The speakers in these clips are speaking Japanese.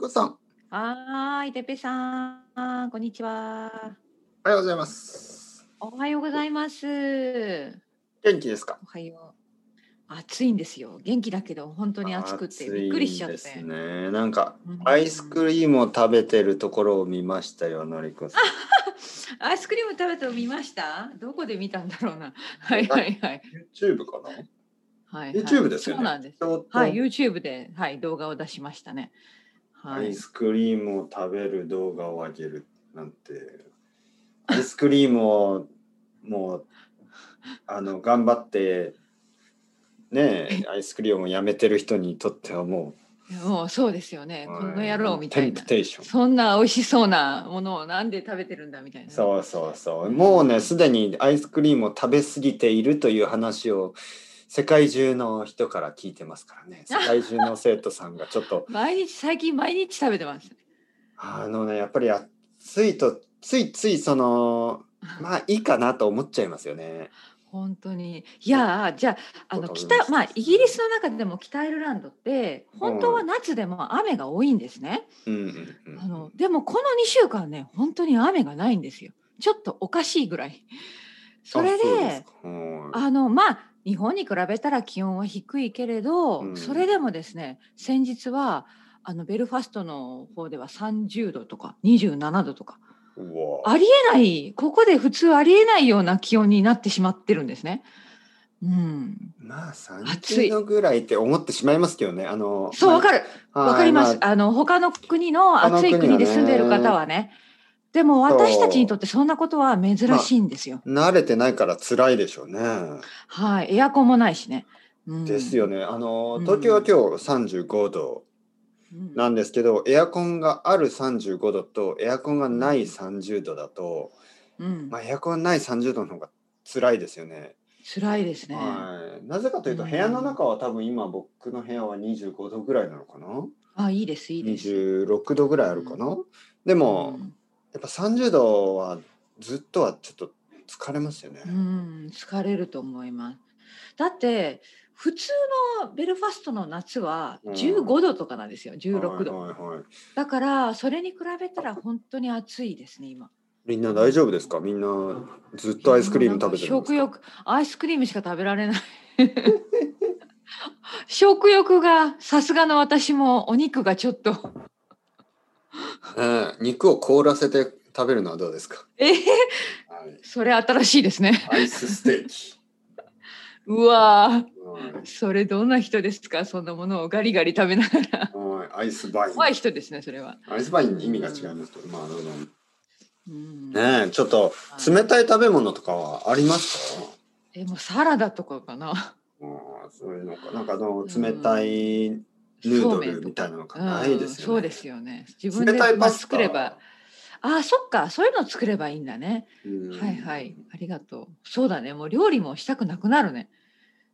トさん、はーい、てっぺいさん、こんにちは。おはようございます。おはようございます。元気ですか。おはよう。暑いんですよ。元気だけど、本当に暑くて、びっくりしちゃっ暑いてで。すね。なんかうんアイスクリームを食べてるところを見ましたよ、のりこ さん。アイスクリーム食べて見ました。どこで見たんだろう な。はいはいはい。 YouTube かな。はい、はい。 YouTube ですよねそうなんです。ちょっとはい、YouTube で、はい、動画を出しましたね。アはいイ。スクリームを食べる動画をあげるなんてアイスクリームをもうあの頑張ってねえアイスクリームをやめてる人にとってはももうそうですようね。 この野郎みたテいンプな。テーションそんな美味しそうなものをなんで食べてるんだみたいな。そうそうそうもうねすでにアイスクリームを食べ過ぎているという話を世界中の人から聞いてますから ね世界中の生徒さんがちょっと毎日最近毎日食べてます。あのねやっぱり暑いとついついそのまあいいかなと思っちゃいますよね。本当にいやあじゃああのわかりました北まあイギリスの中でも北アイルランドって本当は夏でも雨が多いんですね。うんうんうんあのでもこの2週間ね本当に雨がないんですよ。ちょっとおかしいぐらい。それあうすでかうんあのまあ日本に比べたら気温は低いけれど、うんそれでもですね先日はあのベルファストの方では30度とか27度とかうわありえない、ここで普通ありえないような気温になってしまってるんですね。うん。まあ三暑十い度ぐらいって思ってしまいますけどねあのそう、わかる。るわかります。あの、他の国の他の国暑いはね国で住んでいる方はね。でもそう私たちにとってそんなことは珍しいんですよ。慣れてないから辛いでしょうね。はい。エアコンもないしね。うんですよ。ね。あのうん東京は今日三十五度うんなんですけど、エアコンがある三十五度とエアコンがない三十度だと、うんまあエアコンない三十度の方が辛いですよね。辛いですね。はい。なぜかというとうん部屋の中は多分今僕の部屋は二十五度ぐらいなのかな。あ、いいです。いい二です。十六度ぐらいあるかな。でも、うんやっぱ30度はずっとはちょっと疲れますよね。うん、疲れると思います。だって普通のベルファストの夏はうん15度とかなんですよ、16度。はいはいはい。だからそれに比べたら本当に暑いですね今。みんな大丈夫ですかみんなずっとアイスクリーム食べてるんですか食欲アイスクリームしか食べられない。 食欲がさすがの私もお肉がちょっとねえ肉を凍らせて食べるのはどうですか、えーそれ新しいですね。アイスステーキ。うわはーそれどんな人ですかそんなものをガリガリ食べながら。いはいアイスバイン。怖い人ですねそれは。アイスバインに意味が違いますけど、まあ、あのうんねえ、ちょっと冷たい食べ物とかはありますかえもうサラダとかかな。うんそういうのか。なんかあの、冷たいヌードルみたいなのかないですよね。うんそうですよね。自分で冷たいパまあスタ作れば。ああそっかそういうの作ればいいんだね。うんはいはいありがとう。そうだねもう料理もしたくなくなるね。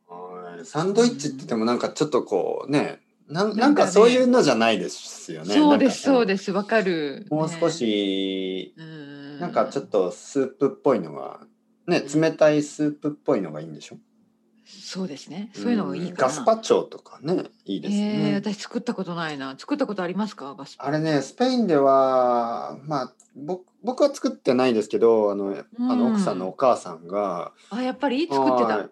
はいサンドイッチって言ってもなんかちょっとこうねなんななんんかねかそういうのじゃないですよね。そうですなんかそうですわかる。もう少ね。し、うんなんかちょっとスープっぽいのがねうん冷たいスープっぽいのがいいんでしょそうですねそういうのもいいんかな。ガスパチョとかねいいですえーね。私作ったことないな作ったことありますかガスパあれねスペインではまあ僕僕は作ってないですけどあの,、あのうん奥さんのお母さんがあやっぱり作っはていた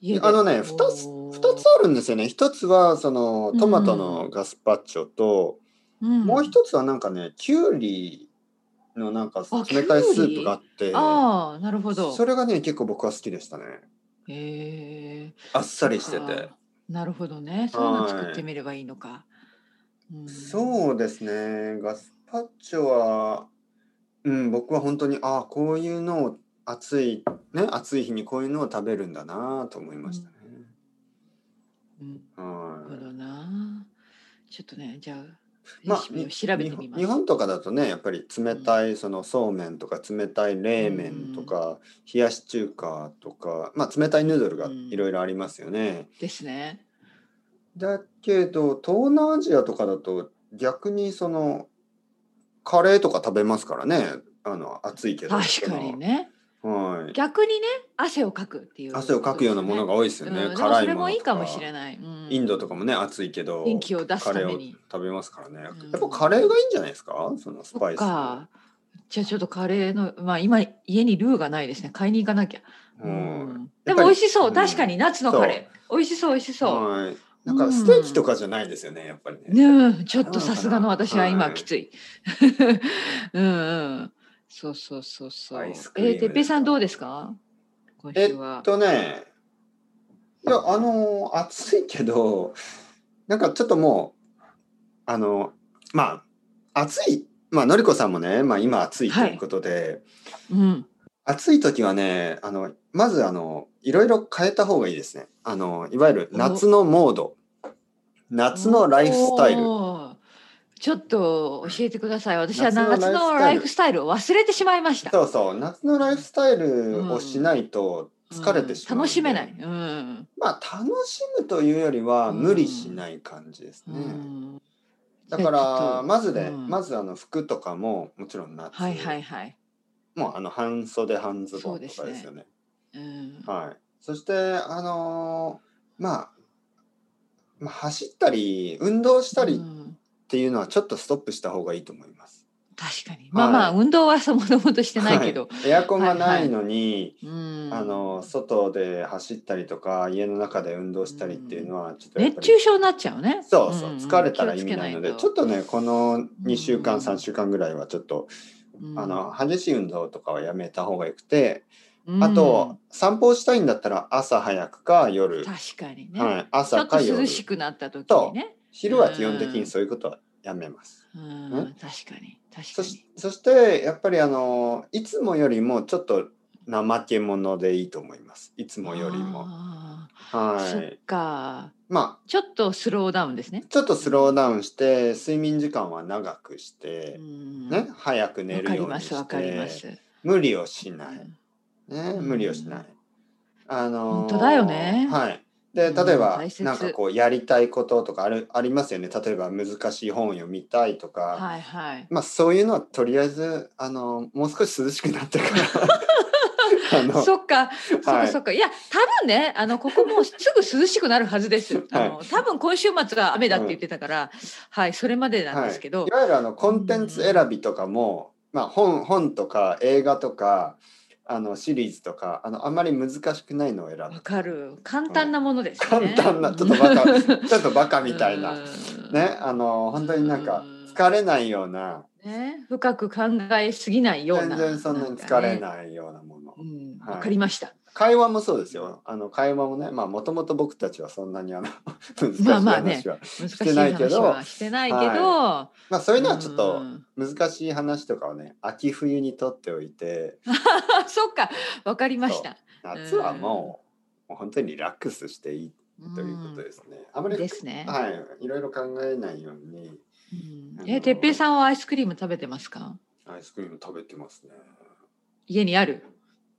家であのね二つおー2つあるんですよね1つはそのトマトのガスパチョと、うんもう一つはなんかね、きゅうりのなんかあ冷たいスープがあって、ああなるほど。それがね、結構僕は好きでしたね。えーあっさりしてあーて。。なるほどね。そういうの作ってみればいいのか。うんそうですね、ガスパッチョは、うん、僕は本当に、ああ、こういうのを暑い、ね、暑い日にこういうのを食べるんだなと思いましたね。うん。なるほはどな。ちょっとね、じゃあ、い。まあレシピを調べてみ日本ます。日本とかだとねやっぱり冷たいそのそうめんとか冷たい冷麺とか、冷やし中華とか、まあ、冷たいヌードルがいろいろありますよね。ですね。だけど東南アジアとかだと逆にそのカレーとか食べますからねあの暑いけど確かにね。そのはい逆にね、汗をかくっていう、汗をかくようなものがが多いですよね、うん、でも辛そいれものもいいかもしいれない。うんインドとかもね暑いけど元気を出すためにカレーを食べますからね、うんやっぱカレーがいいんじゃないですかそのスパそっイスかじゃあちょっとカレーのまあ今家にルーがないですね買いに行かなきゃ、ううんんでも美味しそううん確かに夏のカレー美味しそう美味しそう、はいなんかステーキとかじゃないですよねやっぱりねねえちょっとさすがの私は今はいきつい。 うんうん。そうそうそうそう。アえイスクリームー、てっぺいさんどうですか今え週はっ。とねいやあのー暑いけどなんかちょっともうあのまあ暑いまあのりこさんもね、まあ、今暑いということで、うん。暑い時はねあのまずあのいろいろ変えた方がいいですねあのいわゆる夏のモード夏のライフスタイルおー。ちょっと教えてください。私は夏夏ののラライイフフスタイルを忘れてしまいました。そうそう夏のライフスタイルをしないと疲れてしまう、うん楽しめない。うん。まあ楽しむというよりは無理しない感じですうね、んだかじゃあちょっらとまずね、うんまずあの服とかももちろん夏、はいはいはい。もうあの半袖半ズボンとそかうですでねすよねうん。はい、そしてあのーまあまあ走ったり運動したりうっんっていうのはちょっとストップした方がいいと思います。確かに。まあまあ、運動はそもそもとしてないけど。はいエアコンがないのに、うん。あの外で走ったりとか家の中で運動したりっていうのはちょっとやっ熱ぱり中症になっちゃうね。そうそんうん疲れたら意味ないので、気をつちけょっとねこの2週う間ん3週間ぐらいはちょっと、うんあの激しい運動とかはやめた方がよくて、うんあと散歩をしたいんだったら朝早くか夜、確かにね、はい、ちょ朝っとか夜涼しくなった時にね。昼は基本的にそういうことはやめます。うん、うん確かに確かそにし。そしてやっぱりあのいつもよりもちょっと怠け者でいいと思いますいつもよりもあーはそいっか。まちょっとスローダウンですねあ。ちょっとスローダウンして睡眠時間は長くしうて、んね早くわ寝るかりようまにすわしかりまてす。無理をしなうい、んね、うん無理をしないあのー本当だよねはいでうん例えば大切なんかこうやりたいこととかあるありますよね例えば難しい本を読みたいとか、はいはい。まあそういうのはとりあえずあのもう少し涼しくなって から。あのそっか、そっはかいそっかいや多分ねあのここもうすぐ涼しくなるは ずです、あの多分今週末は雨だって言ってたから、はいそれまでなんですけどい、わゆるあのコンテンツ選びとかも、まあ本本とか映画とかあのシリーズとかあのあんまり難しくないのを選わぶ。かる簡単なものです、ね簡単なちょっとバ カちょっとバカみたいなねあの本当になんかうん疲れないようなね深く考えすぎないよう全な然そんなに疲れんかねないようなもの。うんはいわかりました、会話もそうですよ。あの会話もね、まあもともと僕たちはそんなにあの 難しいまあまあね話は、難しいてないけ話どはしてないけど、まあそういうのはちょっとうん難しい話とかをね秋冬にとっておいてあ そっかわかりました夏はもう,、もう本当にリラックスしていいということですね。あまうんりですね、はい、いろいろ考えないようにうんあのえてっぺいさんはアイスクリーム食べてますかアイスクリーム食べてますね。家にある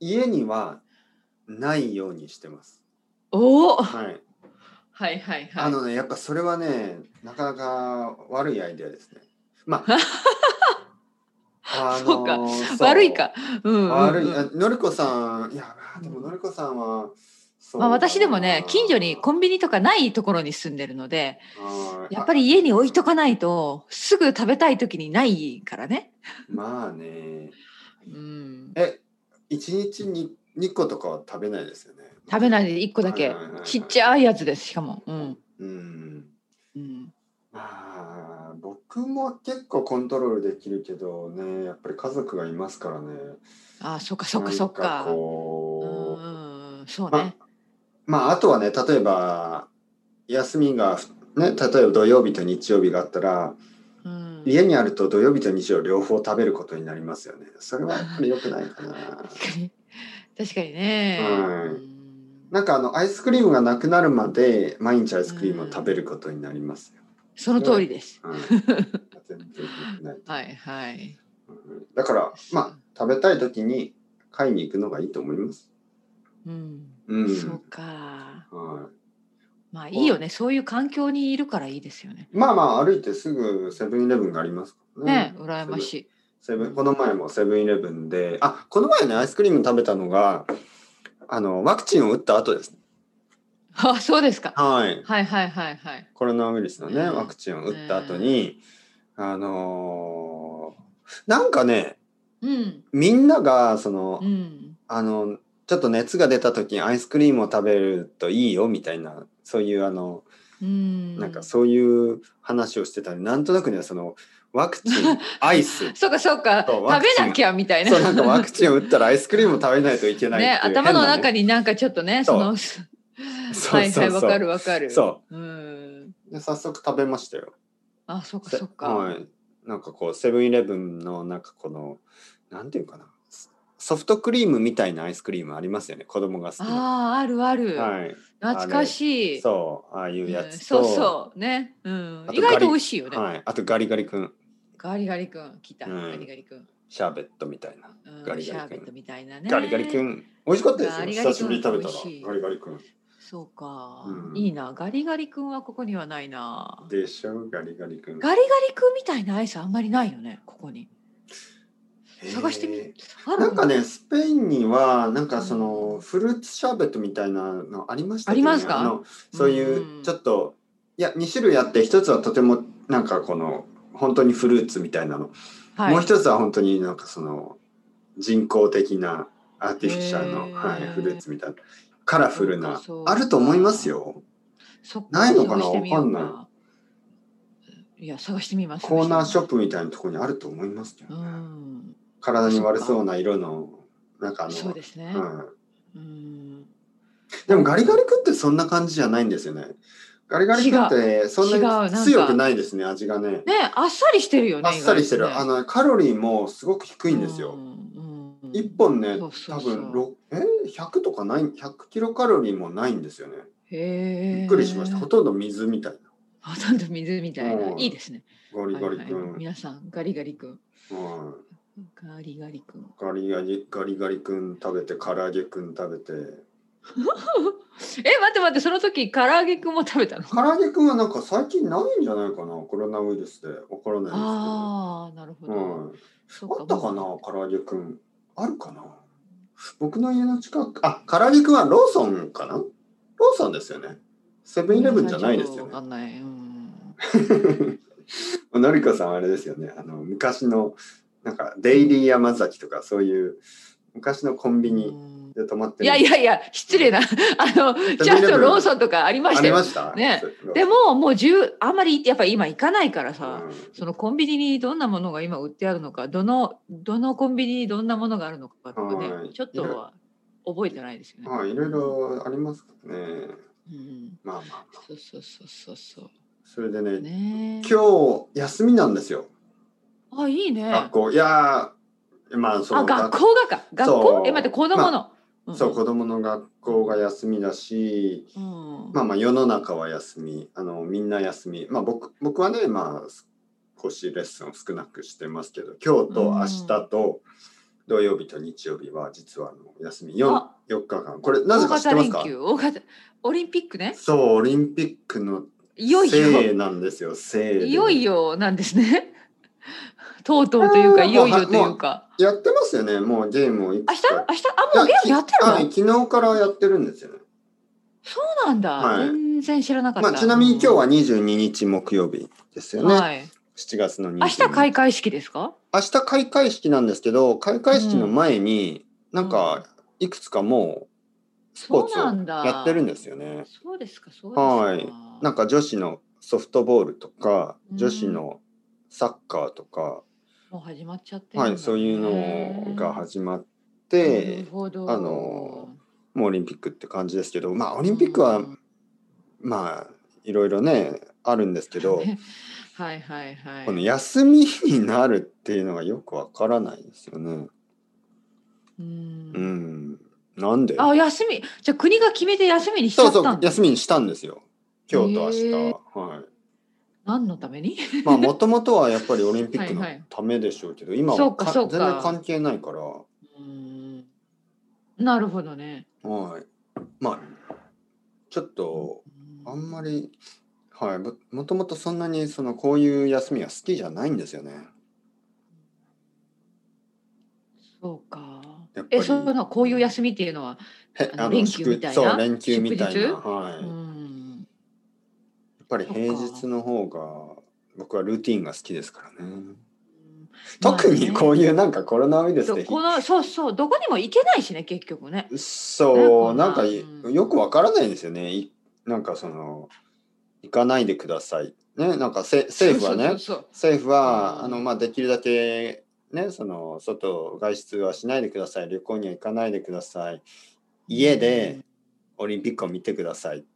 家にはないようにしてます。おおはいはい、はいはいあのねやっぱそれはねなかなか悪いアイデアですね。ま ああのそうかそう悪いかうんうんうん悪いあのりこさんいやでものりこさんはそうだまなあ私でもね近所にコンビニとかないところに住んでるのでやっぱりあ家に置いとかないとすぐ食べたい時にないからねまあねうんえ一日に2個とかは食べないですよね食べないいで1個だけはいはいはいはいちっちゃいやつですしかもうんうんうんまあ僕も結構コントロールできるけどねやっぱり家族がいますからねああそっかそっかそっなんかうんこううんうんそうまねまああとはね例えば休みがね例えば土曜日と日曜日があったらうん家にあると土曜日と日曜両方食べることになりますよねそれはやっぱり良くないか な確かに 確かにねはいうんなんかあのアイスクリームがなくなるまで毎日アイスクリームを食べることになりますよ。その通りです うん全然良くないはいはいうんだからまあ食べたい時に買いに行くのがいいと思います。うんうん。そうかはまあいいよねそういう環境にいるからいいですよねい、まあまあ歩いてすぐセブンイレブンがありますからね羨ましい セブンこの前もセブンイレブンであこの前ねアイスクリーム食べたのがあのワクチンを打った後ですね。あ、そうですか。はい、はいはいはいはい。コロナウイルスのね、うんワクチンを打った後に、あのーなんかね、うん。みんなが、その、うん。あの、ちょっと熱が出た時にアイスクリームを食べるといいよみたいな、そういうあの、うん。なんかそういう話をしてたんで、なんとなくね、その、ワクチ ン、アイス。そうかそうか。そう食ワクチンべなきゃみたいな。そう、なんかワクチンを打ったらアイスクリームを食べないといけないっていうね、頭の中に。になんかちょっとね、その。そはういはそうい、わそかう。るわかる。。そううん。で早速食べましたよ。あ、そうかそうか。はい。なんかこう、セブンイレブンの、なんかこの、なんていうかな。ソフトクリームみたいなアイスクリームありますよね、子供が好きな。ああ、あるある。はい。懐かしい。そう、ああいうやうんつそと、うそうね、うんあ、と意外と美味しいよね、はい。あと、ガリガリ君、ガリガリ君来た、うんガリガリ君、シャーベットみたいな。うん、ガリガリ君シャーベットみたいなねガリガリ君、美味しかったですよ。ガリガリ君久しぶりに食べたら美味しい。ガリガリ君。そうか、うんいいなガリガリ君はここにはないなでしょ、ガリガリ君。ガリガリ君みたいなアイスあんまりないよねここにへー探してみあるなんかね、スペインには、なんかそうのんフルーツシャーベットみたいなのありましたけど、ありますかのそういううんちょっと、いや、2種類あって、1つはとてもなんかこの、本当にフルーツみたいなの。はい、もう1つは本当になんかその、人工的なアーティフィシャルへの、ーはい、フルーツみたいな。カラフルそうなかそう、かあると思いますよ。そっないのかな探してみようわかんいや探してみますコーナーショッププみたいなところにあると思いますけどうね。ん体に悪そうな色の、なんかあの、そうですね、うん、うんでもガリガリ君ってそんな感じじゃないんですよね。ガリガリ君ってそんな違うになんか強くないですね、味がね。ねあっさりしてるよねあっさりしてる。意外あとねの、カロリーもすごく低いんですうよ。んうん一本ね、そ多うそうそう分、ろえ ?100 とかない、100キロカロリーもないんですよね。へえびっくりしました。ほとんど水みたいな。ほとんど水みたいなう。んいいですね。ガリガリはいはい君。皆さん、ガリガリ君。うんガリガリ君。ガリガリ、ガリガリ君食べて、唐揚げ君食べて。え、待って待って、その時、唐揚げ君も食べたの。唐揚げ君はなんか最近ないんじゃないかな、コロナウイルスで。わからないああ、なるですほけど。うんど。そあったかなも唐揚げくん。あるかな僕の家の近く、あ、唐揚げくんはローソンかなローソンですよね。セうブンイレブンじゃないですよわかね。んない。うん。のりこさんあれですよね。あの、昔の、なんか、デイリー山崎とかそういう、昔のコンビニうんで泊まっていやいやいや、失礼な。あの、ちゃんとローソンとかありましあたりよま。したねで、も、もう十、あんまり、やっぱ今行かないからローさ。ソンうんそのコンビニにどんなものが今売ってあるのか、どのどのコンビニにどんなものがあるのかとかね、はいちょっとは覚えてないですよね。まあ、いろいろありますからね。うん、まあまあ。そうそうそうそうそそれでう。ね、ねえ。今日休みなんですよ。あいいね。学あ校。いやー、まあ、その学校がか学校そうえ待って子供の、んそう子供の学校が休みだし、うんまあ、まあ世の中は休みあのみんな休み、まあ、僕僕はね、まあ、少しレッスンを少なくしてますけど今日と明日と土曜日と日曜日は実はあの休み 4, あ4日間これなぜか知ってます大か型連休大型オリンピックね。そうオリンピックのいよいせいよなんですよせいでいよいよなんですね。 とうとうというかえーいよいよというか。やってますよねもうゲームをいく明つ日か明日あもうゲームやってるのいやきはい昨日からやってるんですよね、そうなんだ、はい全然知らなかった。まあ、ちなみに今日は22日木曜日ですよね、はい。 7月の22日明日開会式ですか？明日開会式なんですけど開会式の前に、なんかいくつかもうスポーツそうなんをだやってるんですよね。そうですか、そうですか。はいなんか女子のソフトボールとかうん女子のサッカーとか、もう始まっちゃってるんだはね、い、そういうのが始まっなるて、ほどあのもうオリンピックって感じですけどまあオリンピックは、うんまあいろいろねあるんですけ ど、はいはいはい。この休みになるっていうのがよくわからないですよね。う。うんん、なんであ、休み、じゃあ国が決めて休みにしちゃそっうそたう、んだ。休みにしたんですよ。今日と明日。へーは何のために？い。まあ、もともとはやっぱりオリンピックのはいはいためでしょうけど、今そはうかかそ全うか然関係ないから。うん。なるほどね。はい。まあ、ちょっと、あんまり、はい、ももともとそんなにそのこういう休みは好きじゃないんですよね。そうかやっ。ぱぱえ、りそのこういう休みっていうのは。へあの連休みたいな祝そう連休みたい祝日な、はい、やうっん。ぱり平日の方が僕はルーティンが好きですからね特にこういうなんかコロナウイルスまあでねどこのそうそうどこにも行けないしね結局ね。そうななんんかかうんよくわからないんですよねいなんかその行かないでくださいねなんかせ政府はねそうそうそう政府は、うんあのまあ、できるだけ、ね、その外外出はしないでください旅行には行かないでください家でオリンピックを見てください。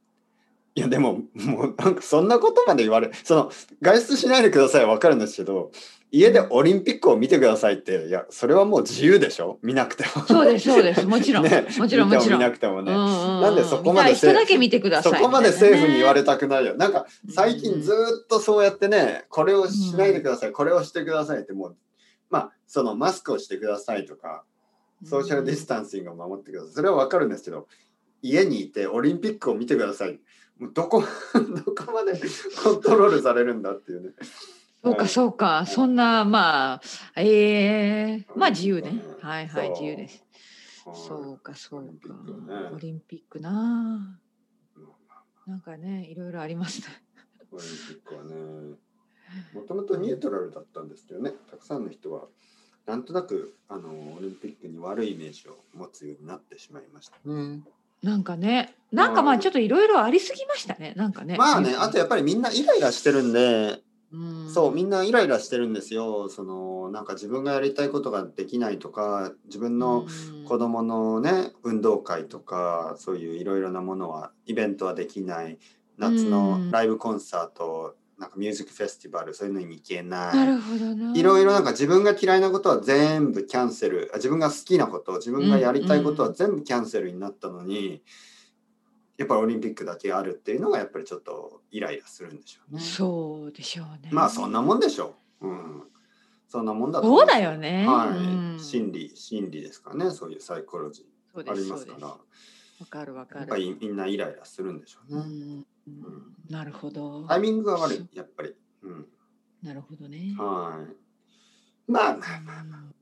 いやでももうなんかそんなことまで言われその外出しないでくださいは分かるんですけど家でオリンピックを見てくださいっていやそれはもう自由でしょ見なくても。そうですそうですもちろ ん、ねもちろんもち見ても見ろん。なくてもね。ななんでそこまで人だけ見てくださそい、こまで政府に言われてたくないよ。なんか最近ずーっとそうやってね、これをしないでください、これをしてくださいってもう、まあ、そのマスクをしてくださいとか、ソーシャルディスタンシングを守ってください。それはわかるんですけど、家にいてオリンピックを見てください。もうどこ、 どこまで コントロールされるんだっていうね。そうかそうかそんなまあええまあ自由ねうんはいはいそう自由ですそはうかそオうリンピかックねオリンピックなうんなんかねいろいろありますねいオリンピックはね、もともとニュートラルだったんですけどね、たくさんの人は、なんとなくあのオリンピックに悪いイメージを持つようになってしまいました。ねなんかねなんかまあちょっといろいろありすぎましたねなんかねまあね、あとやっぱりみんなイライラしてるんで、うんそう、みんなイライラしてるんですよ。その、なんか自分がやりたいことができないとか、自分のうん子供のね、運動会とか、そういういろいろなものは、イベントはできない、夏うのんライブコンサート、なんかミュージックフェスティバル、そういうのに行けない。なるほどないいろいろなんか自分が嫌いなことは全部キャンセルあ自分が好きなこと自分がやりたいことは全部キャンセルになったのに、やっぱりオリンピックだけあるっていうのがやっぱりちょっとイライラするんでしょうね。そうでしょうねまあそんなもんでしょう。うん、そんなもんだそますうだよねはい、うん心理心理ですかねそういうサイコロジそうーあですりまそうすかですらわかるわかやっるぱりみんなイライラするんでしょううね。んなるほど。タイミングが悪いやっぱり。うん、なるほどね。はい。まあまあまあうん